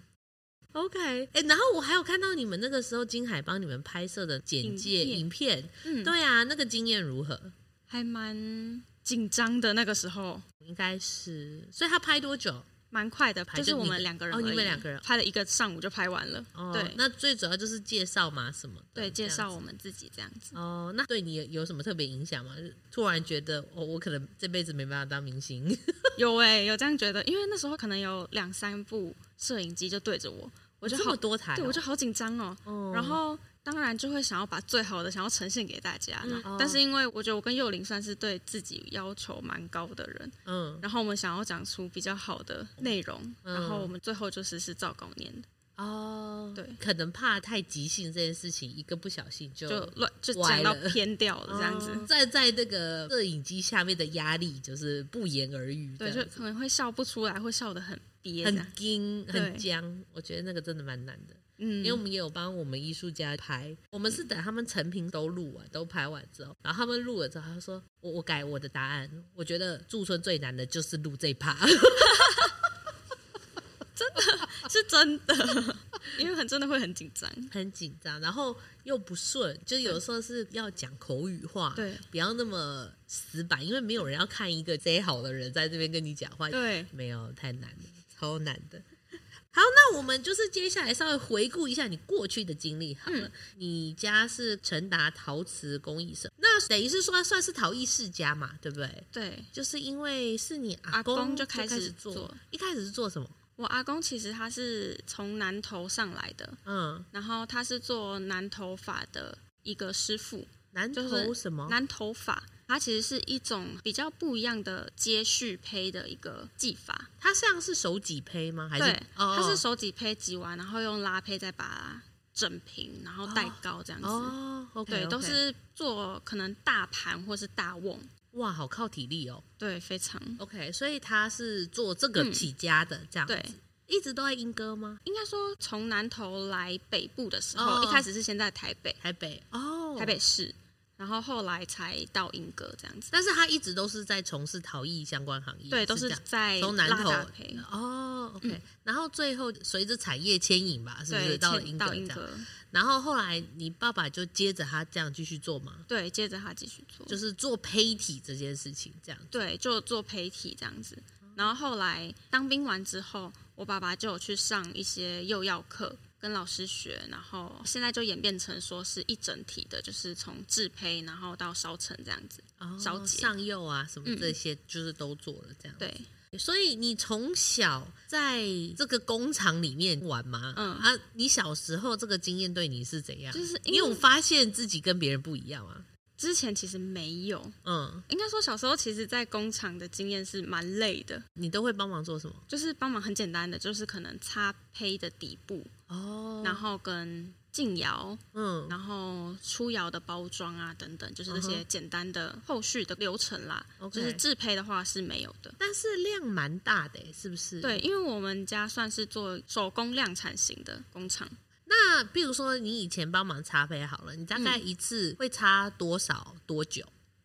OK，哎、然后我还有看到你们那个时候金海帮你们拍摄的简介影影片，嗯，对啊，那个经验如何？还蛮紧张的那个时候。应该是，所以他拍多久？蛮快的，排就是就我你们两个人哦而已，你们两个人拍了一个上午就拍完了。哦，对那最主要就是介绍嘛什么的，对，这介样绍子我们自己这样子。 哦，那对你有有什么特别影响吗？就是突然觉得哦，我可能这辈子没办法当明星，有哎、有这样觉得，因为那时候可能有两三部摄影机就对着我，我就这好么，多台哦、对我就好紧张哦。哦然后当然就会想要把最好的想要呈现给大家，嗯然后哦但是因为我觉得我跟幼玲算是对自己要求蛮高的人，嗯然后我们想要讲出比较好的内容，嗯然后我们最后就是是照稿念的，哦，对可能怕太即兴这件事情，一个不小心就就乱就歪讲到了偏掉了这样子。哦站在那个摄影机下面的压力就是不言而喻，对，这就样子可能会笑不出来，会笑得很憋这样很。惊对很僵，我觉得那个真的蛮难的。嗯，因为我们也有帮我们艺术家拍，我们是等他们成品都录完、都拍完之后，然后他们录了之后，他说：“我我改我的答案，我觉得驻村最难的就是录这一趴。 是真的， 因为很真的会很紧张。”很紧张，然后又不顺，就有时候是要讲口语化，对不要那么死板，因为没有人要看一个 Z 好的人在这边跟你讲话，对，没有太难了，超难的。好，那我们就是接下来稍微回顾一下你过去的经历好了。嗯你家是成达陶瓷工艺社，那等于是说算是陶艺世家嘛，对不对？对就是因为是你阿公公就开开始做，做一开始是做什么？我阿公其实他是从南头上来的，嗯，然后他是做南头发的一个师傅，南就是投什么？南头发。它其实是一种比较不一样的接续胚的一个技法，它像是手挤胚吗？还是对，哦它是手挤胚挤完，然后用拉胚再把它整平，然后带高这样子。哦，OK，对，都是做可能大盘或是大瓮，哇，好靠体力哦。对，非常 OK，所以他是做这个起家的，这样子嗯对。一直都在莺歌吗？应该说从南头来北部的时候，哦一开始是先在台北，台北哦，台。北市，然后后来才到英歌这样子。但是他一直都是在从事陶艺相关行业，对，都是是这样在从南拉投大培哦，OK、然后最后随着产业牵引吧，是不是对，到了迁英到这英样？歌，然后后来你爸爸就接着他这样继续做嘛，对，接着他继续做，就是做胚体这件事情这样子。对，就做陪体这样子。然后后来当兵完之后，我爸爸就有去上一些幼药课，跟老师学，然后现在就演变成说是一整体的，就是从制胚然后到烧成这样子。哦烧结上釉啊什么嗯这些，就是都做了这样。对，所以你从小在这个工厂里面玩吗？嗯啊，你小时候这个经验对你是怎样？就是因你为有发现自己跟别人不一样吗？之前其实没有，嗯，应该说小时候其实在工厂的经验是蛮累的，你都会帮忙做什么？就是帮忙很简单的，就是可能擦胚的底部，哦然后跟进窑，嗯，然后出窑的包装啊等等，就是这嗯些简单的后续的流程啦。 OK 就是制胚的话是没有的。但是量蛮大的耶，欸是不是？。对，因为我们家算是做手工量产型的工厂，那比如说你以前帮忙擦杯好了，你大概一次会擦多少多久？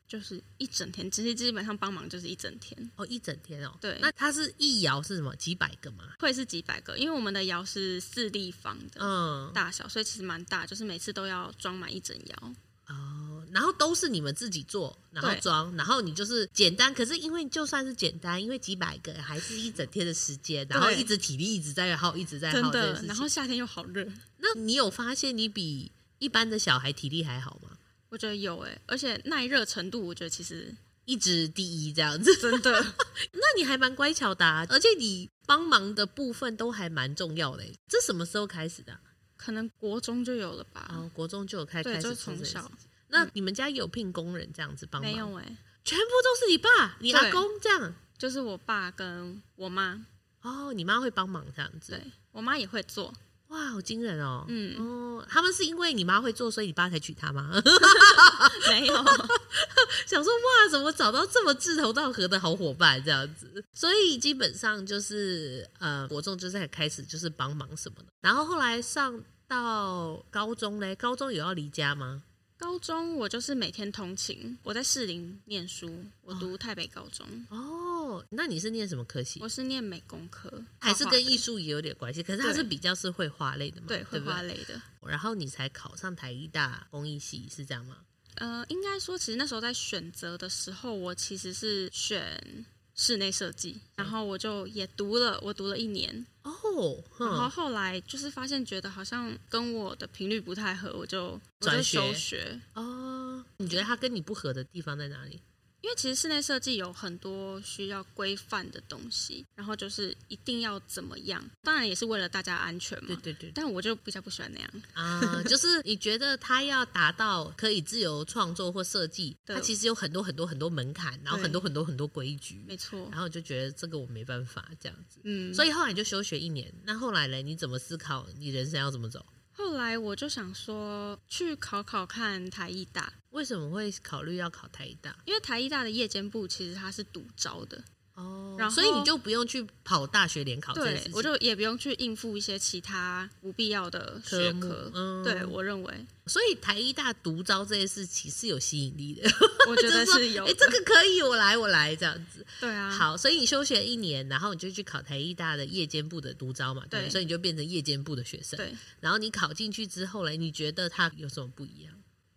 就是一整天，其实基本上帮忙就是一整天，哦，一整天哦。对那它是一摇是什么？几百个吗？会是几百个，因为我们的窑是四立方的。嗯，大小，所以其实蛮大，就是每次都要装满一整窑。哦，然后都是你们自己做，然后对装，然后你就是简单。可是因为就算是简单，因为几百个还是一整天的时间，然后对一直体力一直在耗，一直在真耗这件的，事然情后。夏天又好热，那你有发现你比一般的小孩体力还好吗？我觉得有诶、而且耐热程度，我觉得其实一直第一这样子，真的那你还蛮乖巧的、啊，而且你帮忙的部分都还蛮重要的欸。这什么时候开始的啊？ 可能国中就有了吧。哦，国中就有开啊对，开始就是做这从件事小情。那你们家有聘工人这样子帮忙？没有，哎、全部都是你爸、你阿对公这样。就是我爸跟我妈，哦，你妈会帮忙这样子。对我妈也会 做，哇，好惊人哦！嗯哦，他们是因为你妈会做，所以你爸才娶她吗？没有，想说哇，怎么找到这么志同道合的好伙伴这样子？所以基本上就是呃，国中就是开始就是帮忙什么的，然后后来上到高中嘞，高中有要离家吗？高中我就是每天通勤，我在士林念书，我读台北高中，哦，那你是念什么科系我？是念美工科，还是画画跟的艺术也有点关系，可是它对是比较是绘画类的嘛，对绘不对画类的。然后你才考上台艺大工艺系，是这样吗？呃，应该说，其实那时候在选择的时候，我其实是选室内设计，嗯然后我就也读了，我读了一年，哦，然后哼，后来就是发现觉得好像跟我的频率不太合，我就我就转学休学。哦，你觉得它跟你不合的地方在哪里？因为其实室内设计有很多需要规范的东西，然后就是一定要怎么样，当然也是为了大家安全对嘛。对对，但我就比较不喜欢那样，啊，就是你觉得它要达到可以自由创作或设计，对它其实有很多很多很多门槛，然后对很多很多很多规矩，没错然，后就觉得这个我没办法这样子，嗯，所以后来你就休学一年。那后来嘞，你怎么思考你人生要怎么走？后来我就想说去考考看台艺大，为什么会考虑要考台大？因为台艺大的夜间部其实它是独招的，哦然后所以你就不用去跑大学联考这件事对情，我就也不用去应付一些其他不必要的学科目科。嗯对我认 为，所以台医大独招这件事情是有吸引力的，我就觉得说是有哎、的。这个可以，我来，我来这样子。对啊，，好，所以你休学一年，然后你就去考台医大的夜间部的独招嘛，对不对，对所以你就变成夜间部的学生。对，然后你考进去之后嘞，你觉得它有什么不一样？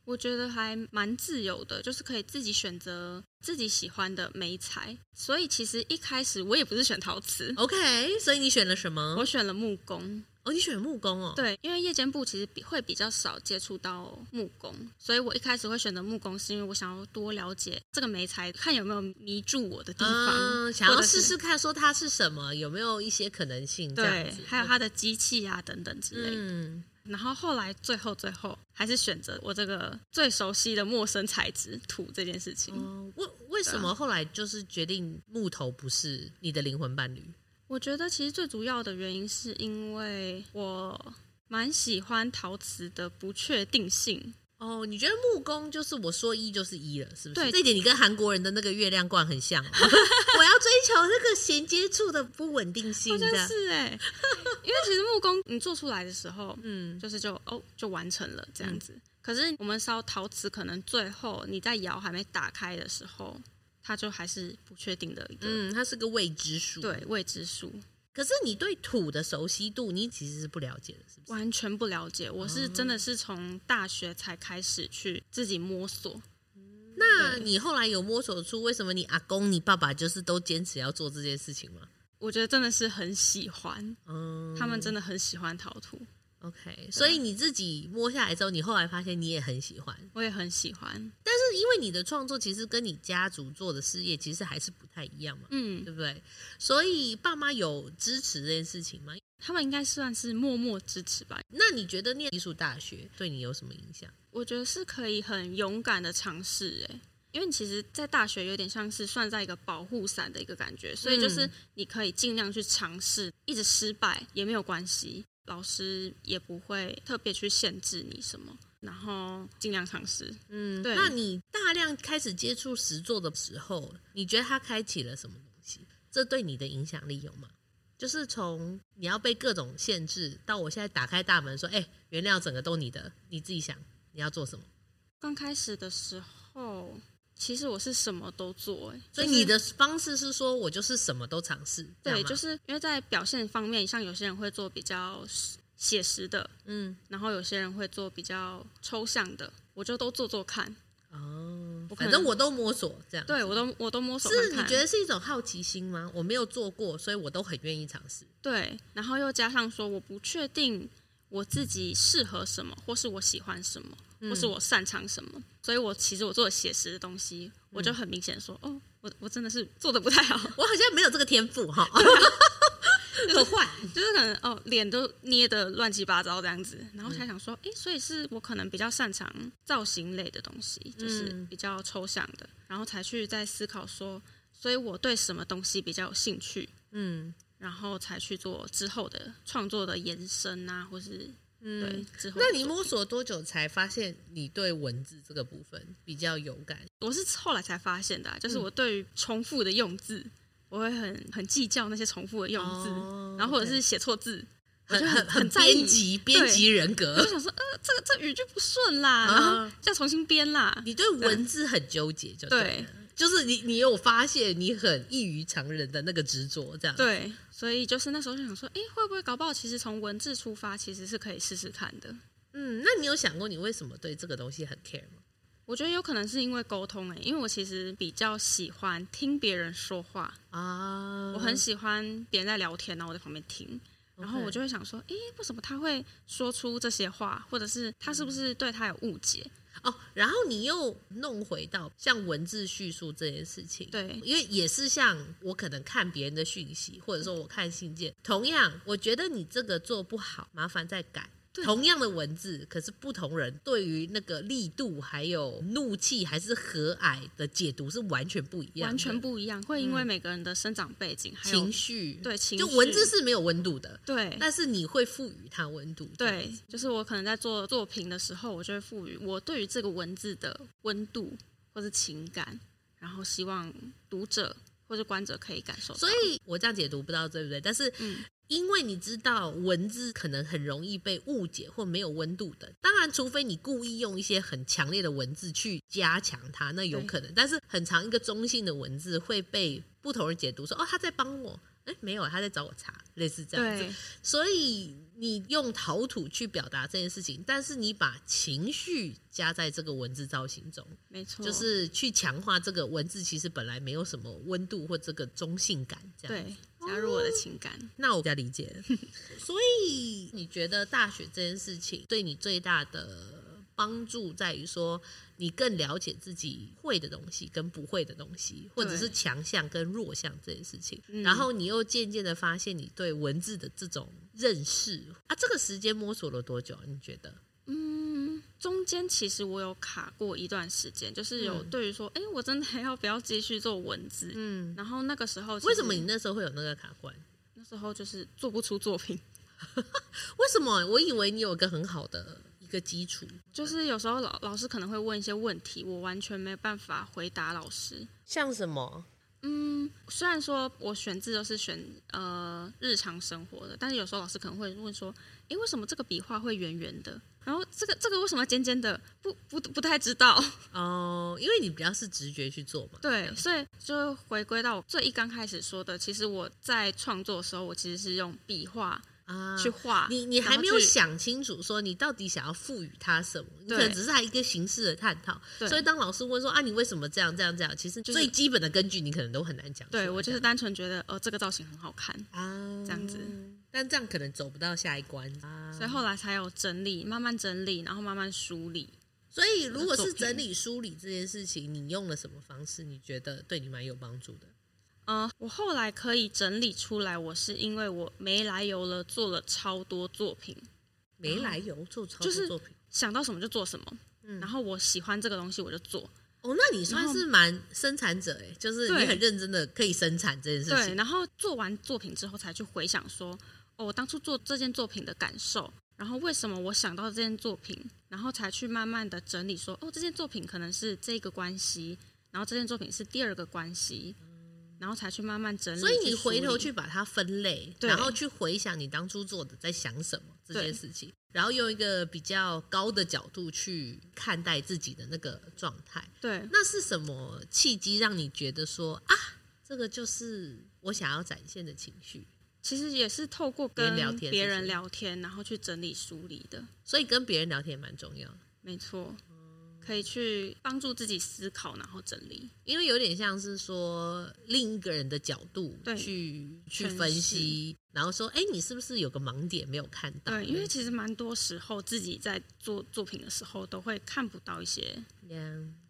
我觉得还蛮自由的，就是可以自己选择自己喜欢的美材。所以其实一开始我也不是选陶瓷，嗯 OK，所以你选了什么？我选了木工。哦，你选木工哦。对，因为夜间部其实比会比较少接触到木工，所以我一开始会选择木工，是因为我想要多了解这个美材，看有没有迷住我的地方，嗯，想要或者试是试看，说它是什么，有没有一些可能性？这样对子，还有它的机器啊等等之类的。嗯，然后后来最后最后还是选择我这个最熟悉的陌生材质土这件事情。哦，为为啊什么后来就是决定木头不是你的灵魂伴侣？我觉得其实最主要的原因是因为我蛮喜欢陶瓷的不确定性，哦，你觉得木工就是我说一就是一了，是不是？对这一点你跟韩国人的那个月亮罐很 像、哦。我要追求这个衔接处的不稳定性，好像这样。是哎、 因为其实木工你做出来的时候，嗯，就是就哦就完成了这样子。可是我们烧陶瓷，可能最后你在窑还没打开的时候，它就还是不确定的一个、嗯，它是个未知数。，对未知数，可是你对土的熟悉度，你其实是不了解的，是不是？完全不了解。我是哦真的是从大学才开始去自己摸索。那你后来有摸索出为什么你阿公、你爸爸就是都坚持要做这件事情吗？我觉得真的是很喜欢，嗯，他们真的很喜欢陶土， OK，所以你自己摸下来之后，你后来发现你也很喜欢，我也很喜欢。但是因为你的创作其实跟你家族做的事业其实还是不太一样嘛。嗯，对不对？所以爸妈有支持这件事情吗？他们应该算是默默支持吧。那你觉得念艺术大学对你有什么影响？我觉得是可以很勇敢的尝试，哎，因为你其实，在大学有点像是算在一个保护伞的一个感觉，所以就是嗯你可以尽量去尝试，一直失败也没有关系，老师也不会特别去限制你什么，然后尽量尝试。嗯对那你大量开始接触实作的时候，你觉得它开启了什么东西？这对你的影响力有吗？就是从你要被各种限制，到我现在打开大门说：“哎、原料整个都你的，你自己想你要做什么。刚开始的时候，其实我是什么都做，哎，”所以就是你的方式是说我就是什么都尝试，这样对，吗就是因为在表现方面，像有些人会做比较写实的，嗯然后有些人会做比较抽象的，我就都做做看。哦，我可反能正我都摸索这样。对我都我都摸索看是看。你觉得是一种好奇心吗？我没有做过，所以我都很愿意尝试。对？然后又加上说，我不确定我自己适合什么，或是我喜欢什么，或嗯是我擅长什么，所以我其实我做写实的东西，我嗯就很明显说，哦，我我真的是做的不太好，我好像没有这个天赋哈， 很坏。就是可能哦脸都捏的乱七八糟这样子，然后才想说，诶，嗯所以是我可能比较擅长造型类的东西，就是嗯比较抽象的，然后才去再思考说，所以我对什么东西比较有兴趣，嗯然后才去做之后的创作的延伸啊，或是对嗯。之后的那你作摸索多久才发现你对文字这个部分比较有感？我是后来才发现的啊、就是我对于重复的用字，我会很很计较那些重复的用字，哦然后或者是写错字，很我就很很很在意编辑编辑人我就格，想说，呃，这个这语句不顺啦，啊然后再重新编啦。你对文字很纠结，就对了。就是你，你有发现你很异于常人的那个执着，这样。对，所以就是那时候就想说，诶，会不会搞不好其实从文字出发，其实是可以试试看的。嗯，那你有想过你为什么对这个东西很 care 吗？我觉得有可能是因为沟通诶、因为我其实比较喜欢听别人说话，啊，我很喜欢别人在聊天，然后我在旁边听，然后我就会想说，诶，为什么他会说出这些话，或者是他嗯是不是对他有误解？哦，然后你又弄回到像文字叙述这件事情，对因为也是像我可能看别人的讯息，或者说我看信件，同样，我觉得你这个做不好，麻烦再改。对同样的文字，可是不同人对于那个力度、还有怒气，还是和蔼的解读是完全不一样的，嗯完全不一样，会因为每个人的生长背景还有情绪，，对情绪，就文字是没有温度的，对但是你会赋予它温度，这样对，就是我可能在做作品的时候，我就会赋予我对于这个文字的温度或是情感，然后希望读者或是观者可以感受到。所以我这样解读不知道对不对，但是嗯因为你知道文字可能很容易被误解或没有温度的，当然除非你故意用一些很强烈的文字去加强它，那有对可能。但是很长一个中性的文字会被不同人解读说哦他在帮我，哎没有他在找我茬，类似这样子对。所以你用陶土去表达这件事情，但是你把情绪加在这个文字造型中，没错，就是去强化这个文字其实本来没有什么温度或这个中性感这样。对加入我的情感。那我比较理解了。 所以你觉得大学这件事情对你最大的帮助在于说，你更了解自己会的东西跟不会的东西，或者是强项跟弱项这件事情。嗯然后你又渐渐的发现你对文字的这种认识啊，这个时间摸索了多久啊？你觉得？嗯，中间其实我有卡过一段时间，就是有嗯对于说，哎、我真的还要不要继续做文字？嗯，然后那个时候，为什么你那时候会有那个卡关？那时候就是做不出作 品？为什么？我以为你有一个很好的一个基础，就是有时候老老师可能会问一些问题，我完全没办法回答老师。像什么？嗯，虽然说我选字都是选呃日常生活的，但是有时候老师可能会问说，诶，为什么这个笔画会圆圆的？然后这个这个为什么要尖尖的？不不不太知道。哦，因为你比较是直觉去做嘛。对，所以就回归到我最一刚开始说的，其实我在创作的时候，我其实是用笔画啊，去画。你你然还后没有去想清楚，说你到底想要赋予它什么？你可对能只是还一个形式的探讨。对所以当老师问说啊，你为什么这样这样这样，其实就是最基本的根据你可能都很难讲出来。对我就这是样单纯觉得，呃，这个造型很好看，啊这样子，但这样可能走不到下一关啊。所以后来才有整理，慢慢整理，然后慢慢梳理。所以如果作是品整理梳理这件事情，你用了什么方式？你觉得对你蛮有帮助的？呃，我后来可以整理出来，我是因为我没来由了做了超多作品，没来由做超就作是作品。想到什么就做什么，嗯然后我喜欢这个东西我就做，哦，那你算然后是蛮生产者哎，就是你对很认真的可以生产这件事对，情。然后做完作品之后才去回想说，哦，我当初做这件作品的感受，然后为什么我想到这件作品，然后才去慢慢的整理说，哦，这件作品可能是这个关系，然后这件作品是第二个关系，然后才去慢慢整理。所以去你梳理回头去把它分类，对然后去回想你当初做的在想什么这件对事情，然后用一个比较高的角度去看待自己的那个状态。对，那是什么契机让你觉得说啊，这个就是我想要展现的情绪？其实也是透过别人跟聊天别是不人是聊天，然后去整理梳理的，所以跟别人聊天也蛮重要的，没错。可以去帮助自己思考，然后整理。因为有点像是说另一个人的角度对去去诠释分析，然后说，哎，你是不是有个盲点没有看到？对，因为其实蛮多时候自己在做作品的时候，都会看不到一些呀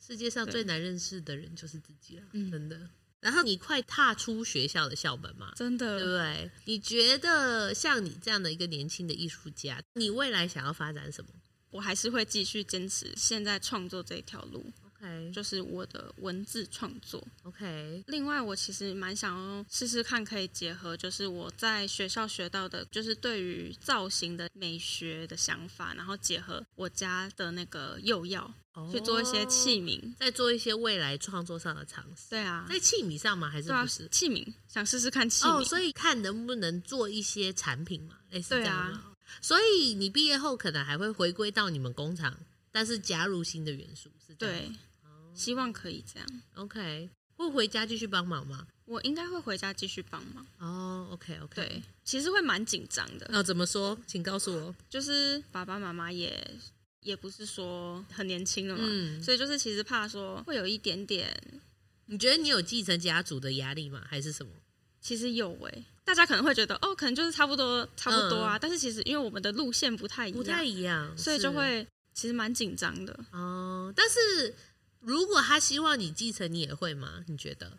世界上对最难认识的人就是自己了，嗯真的。然后你快踏出学校的校门嘛，真对不的，对？你觉得像你这样的一个年轻的艺术家，你未来想要发展什么我还是会继续坚持现在创作这一条路， ？OK 就是我的文字创作。 OK，另外，我其实蛮想要试试看，可以结合就是我在学校学到的，就是对于造型的美学的想法，然后结合我家的那个釉药去做一些器皿，皿。再哦做一些未来创作上的尝试，对啊，在器皿上吗？还是对啊，不是？器皿想试试看器哦，皿。所以看能不能做一些产品嘛，类似这对样啊吗、所以你毕业后可能还会回归到你们工厂，但是加入新的元素，是这样吗对，哦希望可以这样。 OK，会回家继续帮忙吗？我应该会回家继续帮忙。哦，OK，OK、o k OK，对，其实会蛮紧张的，那、怎么说？请告诉我。就是爸爸妈妈也也不是说很年轻了嘛，嗯，所以就是其实怕说会有一点点，你觉得你有继承家族的压力吗？还是什么？其实有诶、大家可能会觉得哦，可能就是差不多差不多啊，但是其实因为我们的路线不太一样，嗯不太一样，所以是就会其实蛮紧张的。哦。但是如果他希望你继承，你也会吗？你觉得？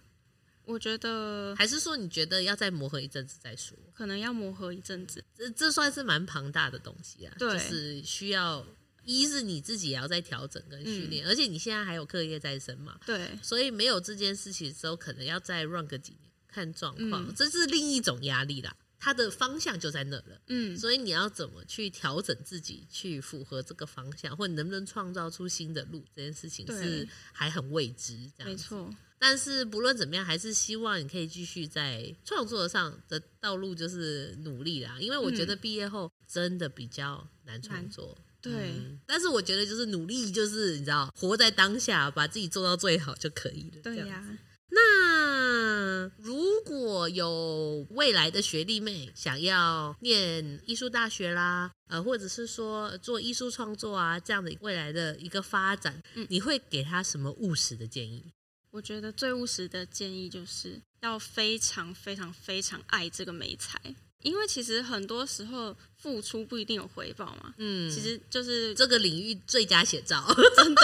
我觉得还是说你觉得要再磨合一阵子再说？可能要磨合一阵子，这这算是蛮庞大的东西啊，对就是需要一是你自己也要在调整跟嗯训练，而且你现在还有课业在身嘛，对，所以没有这件事情的时候，可能要再 run 个几年看状况，嗯这是另一种压力啦。它的方向就在那了，嗯，所以你要怎么去调整自己，去符合这个方向，或你能不能创造出新的路，这件事情对是还很未知。这样没子错，但是不论怎么样，还是希望你可以继续在创作上的道路就是努力啦，因为我觉得毕业后真的比较难创作。嗯对，嗯但是我觉得就是努力，就是你知道，活在当下，把自己做到最好就可以了。对这样呀、那如果有未来的学弟妹想要念艺术大学啦，呃，或者是说做艺术创作啊这样的未来的一个发展，嗯你会给他什么务实的建议？我觉得最务实的建议就是要非常非常非常爱这个美才，因为其实很多时候付出不一定有回报嘛。嗯其实就是，这个领域最佳写照。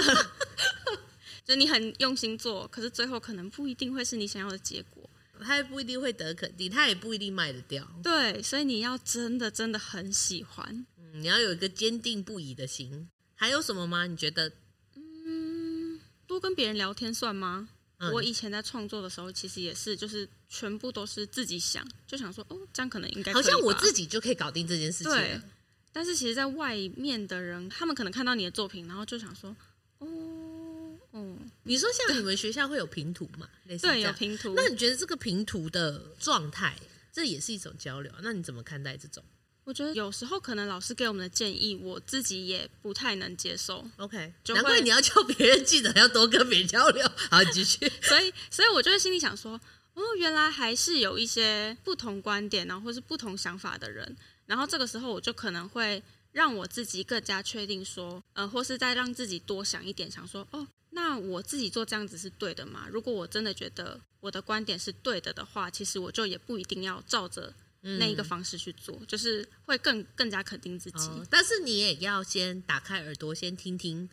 就你很用心做，可是最后可能不一定会是你想要的结果。他也不一定会得肯定，他也不一定卖得掉。对，所以你要真的真的很喜欢。嗯你要有一个坚定不移的心。还有什么吗？你觉得？嗯，多跟别人聊天算吗？嗯我以前在创作的时候，其实也是，就是全部都是自己想，就想说，哦，这样可能应该好像可以我吧自己就可以搞定这件事情对了。，啊但是其实，在外面的人，他们可能看到你的作品，然后就想说，哦，哦，你说像你们学校会有平图嘛？类似这对，有样。拼图。那你觉得这个平图的状态，这也是一种交流啊？那你怎么看待这种我觉得有时候可能老师给我们的建议，我自己也不太能接受， ？OK，就会难怪你要叫别人记得要多跟别人交流。 好，继续。所以，所以我就会心里想说，哦，原来还是有一些不同观点，然后或是不同想法的人，然后这个时候我就可能会让我自己更加确定说，呃，或是再让自己多想一点，想说，哦，那我自己做这样子是对的吗？如果我真的觉得我的观点是对的的话，其实我就也不一定要照着那嗯一个方式去做，就是会更更加肯定自己，哦，但是你也要先打开耳朵，先听听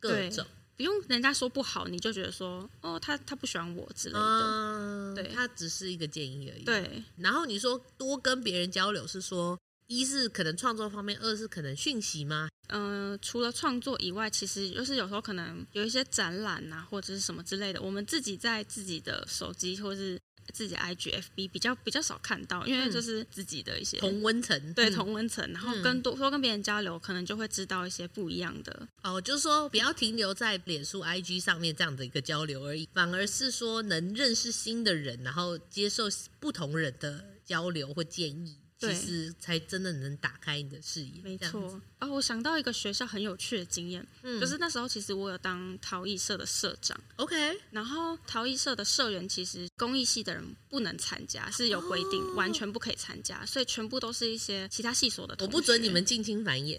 各对种。不用人家说不好，你就觉得说，哦，他他不喜欢我之类的，嗯，对它只是一个建议而已。啊对然后你说多跟别人交流，是说一是可能创作方面，二是可能讯息吗？嗯，除了创作以外，其实就是有时候可能有一些展览啊，或者是什么之类的，我们自己在自己的手机或是自己的 IGFB 比较比较少看到，因为这是自己的一些、嗯同温层对嗯同温层，然后跟多多跟别人交流，可能就会知道一些不一样的。哦，就是说不要停留在脸书、IG 上面这样的一个交流而已，反而是说能认识新的人，然后接受不同人的交流或建议，其对实才真的能打开你的视野。没这样子错，哦，我想到一个学校很有趣的经验，嗯就是那时候其实我有当陶艺社的社长， ，OK，然后陶艺社的社员其实工艺系的人不能参加，是有规定，哦完全不可以参加，所以全部都是一些其他系所的我同学。不准你们近亲 繁衍。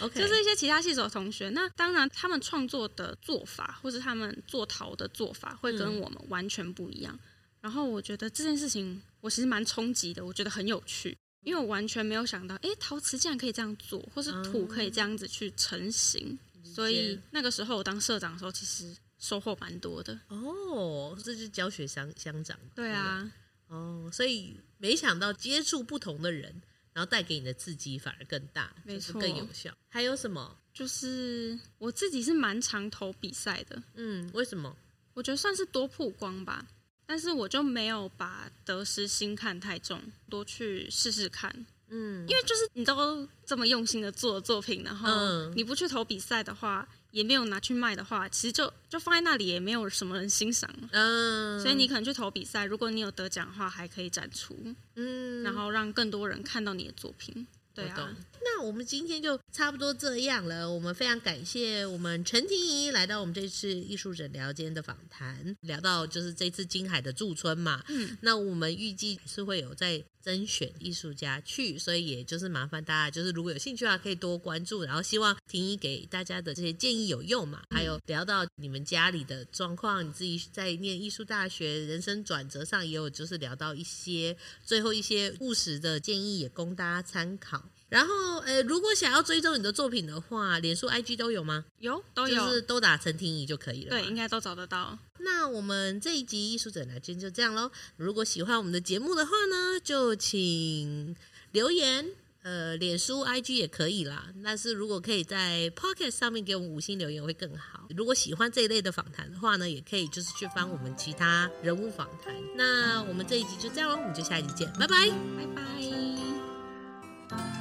OK，就是一些其他系所的同学，那当然他们创作的做法，或是他们做陶的做法，会嗯跟我们完全不一样。然后我觉得这件事情，我其实蛮冲击的，我觉得很有趣，因为我完全没有想到，诶，陶瓷竟然可以这样做，或是土可以这样子去成型。嗯所以那个时候我当社长的时候，其实收获蛮多的。哦，这就是教学相相长。对不啊，哦，所以没想到接触不同的人，然后带给你的刺激反而更大，没就是错更有效。还有什么？就是我自己是蛮常投比赛的，嗯，为什么？我觉得算是多曝光吧，但是我就没有把得失心看太重，多去试试看。嗯，因为就是你都这么用心的做作品，然后嗯你不去投比赛的话，也没有拿去卖的话，其实就就放在那里，也没有什么人欣赏。嗯，所以你可能去投比赛，如果你有得奖的话，还可以展出，嗯，然后让更多人看到你的作品。对我懂啊，。那我们今天就差不多这样了。我们非常感谢我们陈婷怡来到我们这次艺术诊疗间的访谈，聊到就是这次金海的驻村嘛。嗯，那我们预计是会有在甄选艺术家去，所以也就是麻烦大家，就是如果有兴趣的话，可以多关注。然后希望婷怡给大家的这些建议有用嘛。还有聊到你们家里的状况，你自己在念艺术大学，人生转折上也有就是聊到一些最后一些务实的建议也供大家参考。然后，呃，如果想要追踪你的作品的话，脸书、IG 都有吗？有都有，就是都打陈婷怡就可以了嘛。对，应该都找得到。那我们这一集艺术诊疗间就这样喽。如果喜欢我们的节目的话呢，就请留言，呃，脸书、IG 也可以啦。但是如果可以在 Pocket 上面给我们五星留言会更好。如果喜欢这一类的访谈的话呢，也可以就是去翻我们其他人物访谈。那我们这一集就这样喽，我们就下一集见，拜拜。拜拜。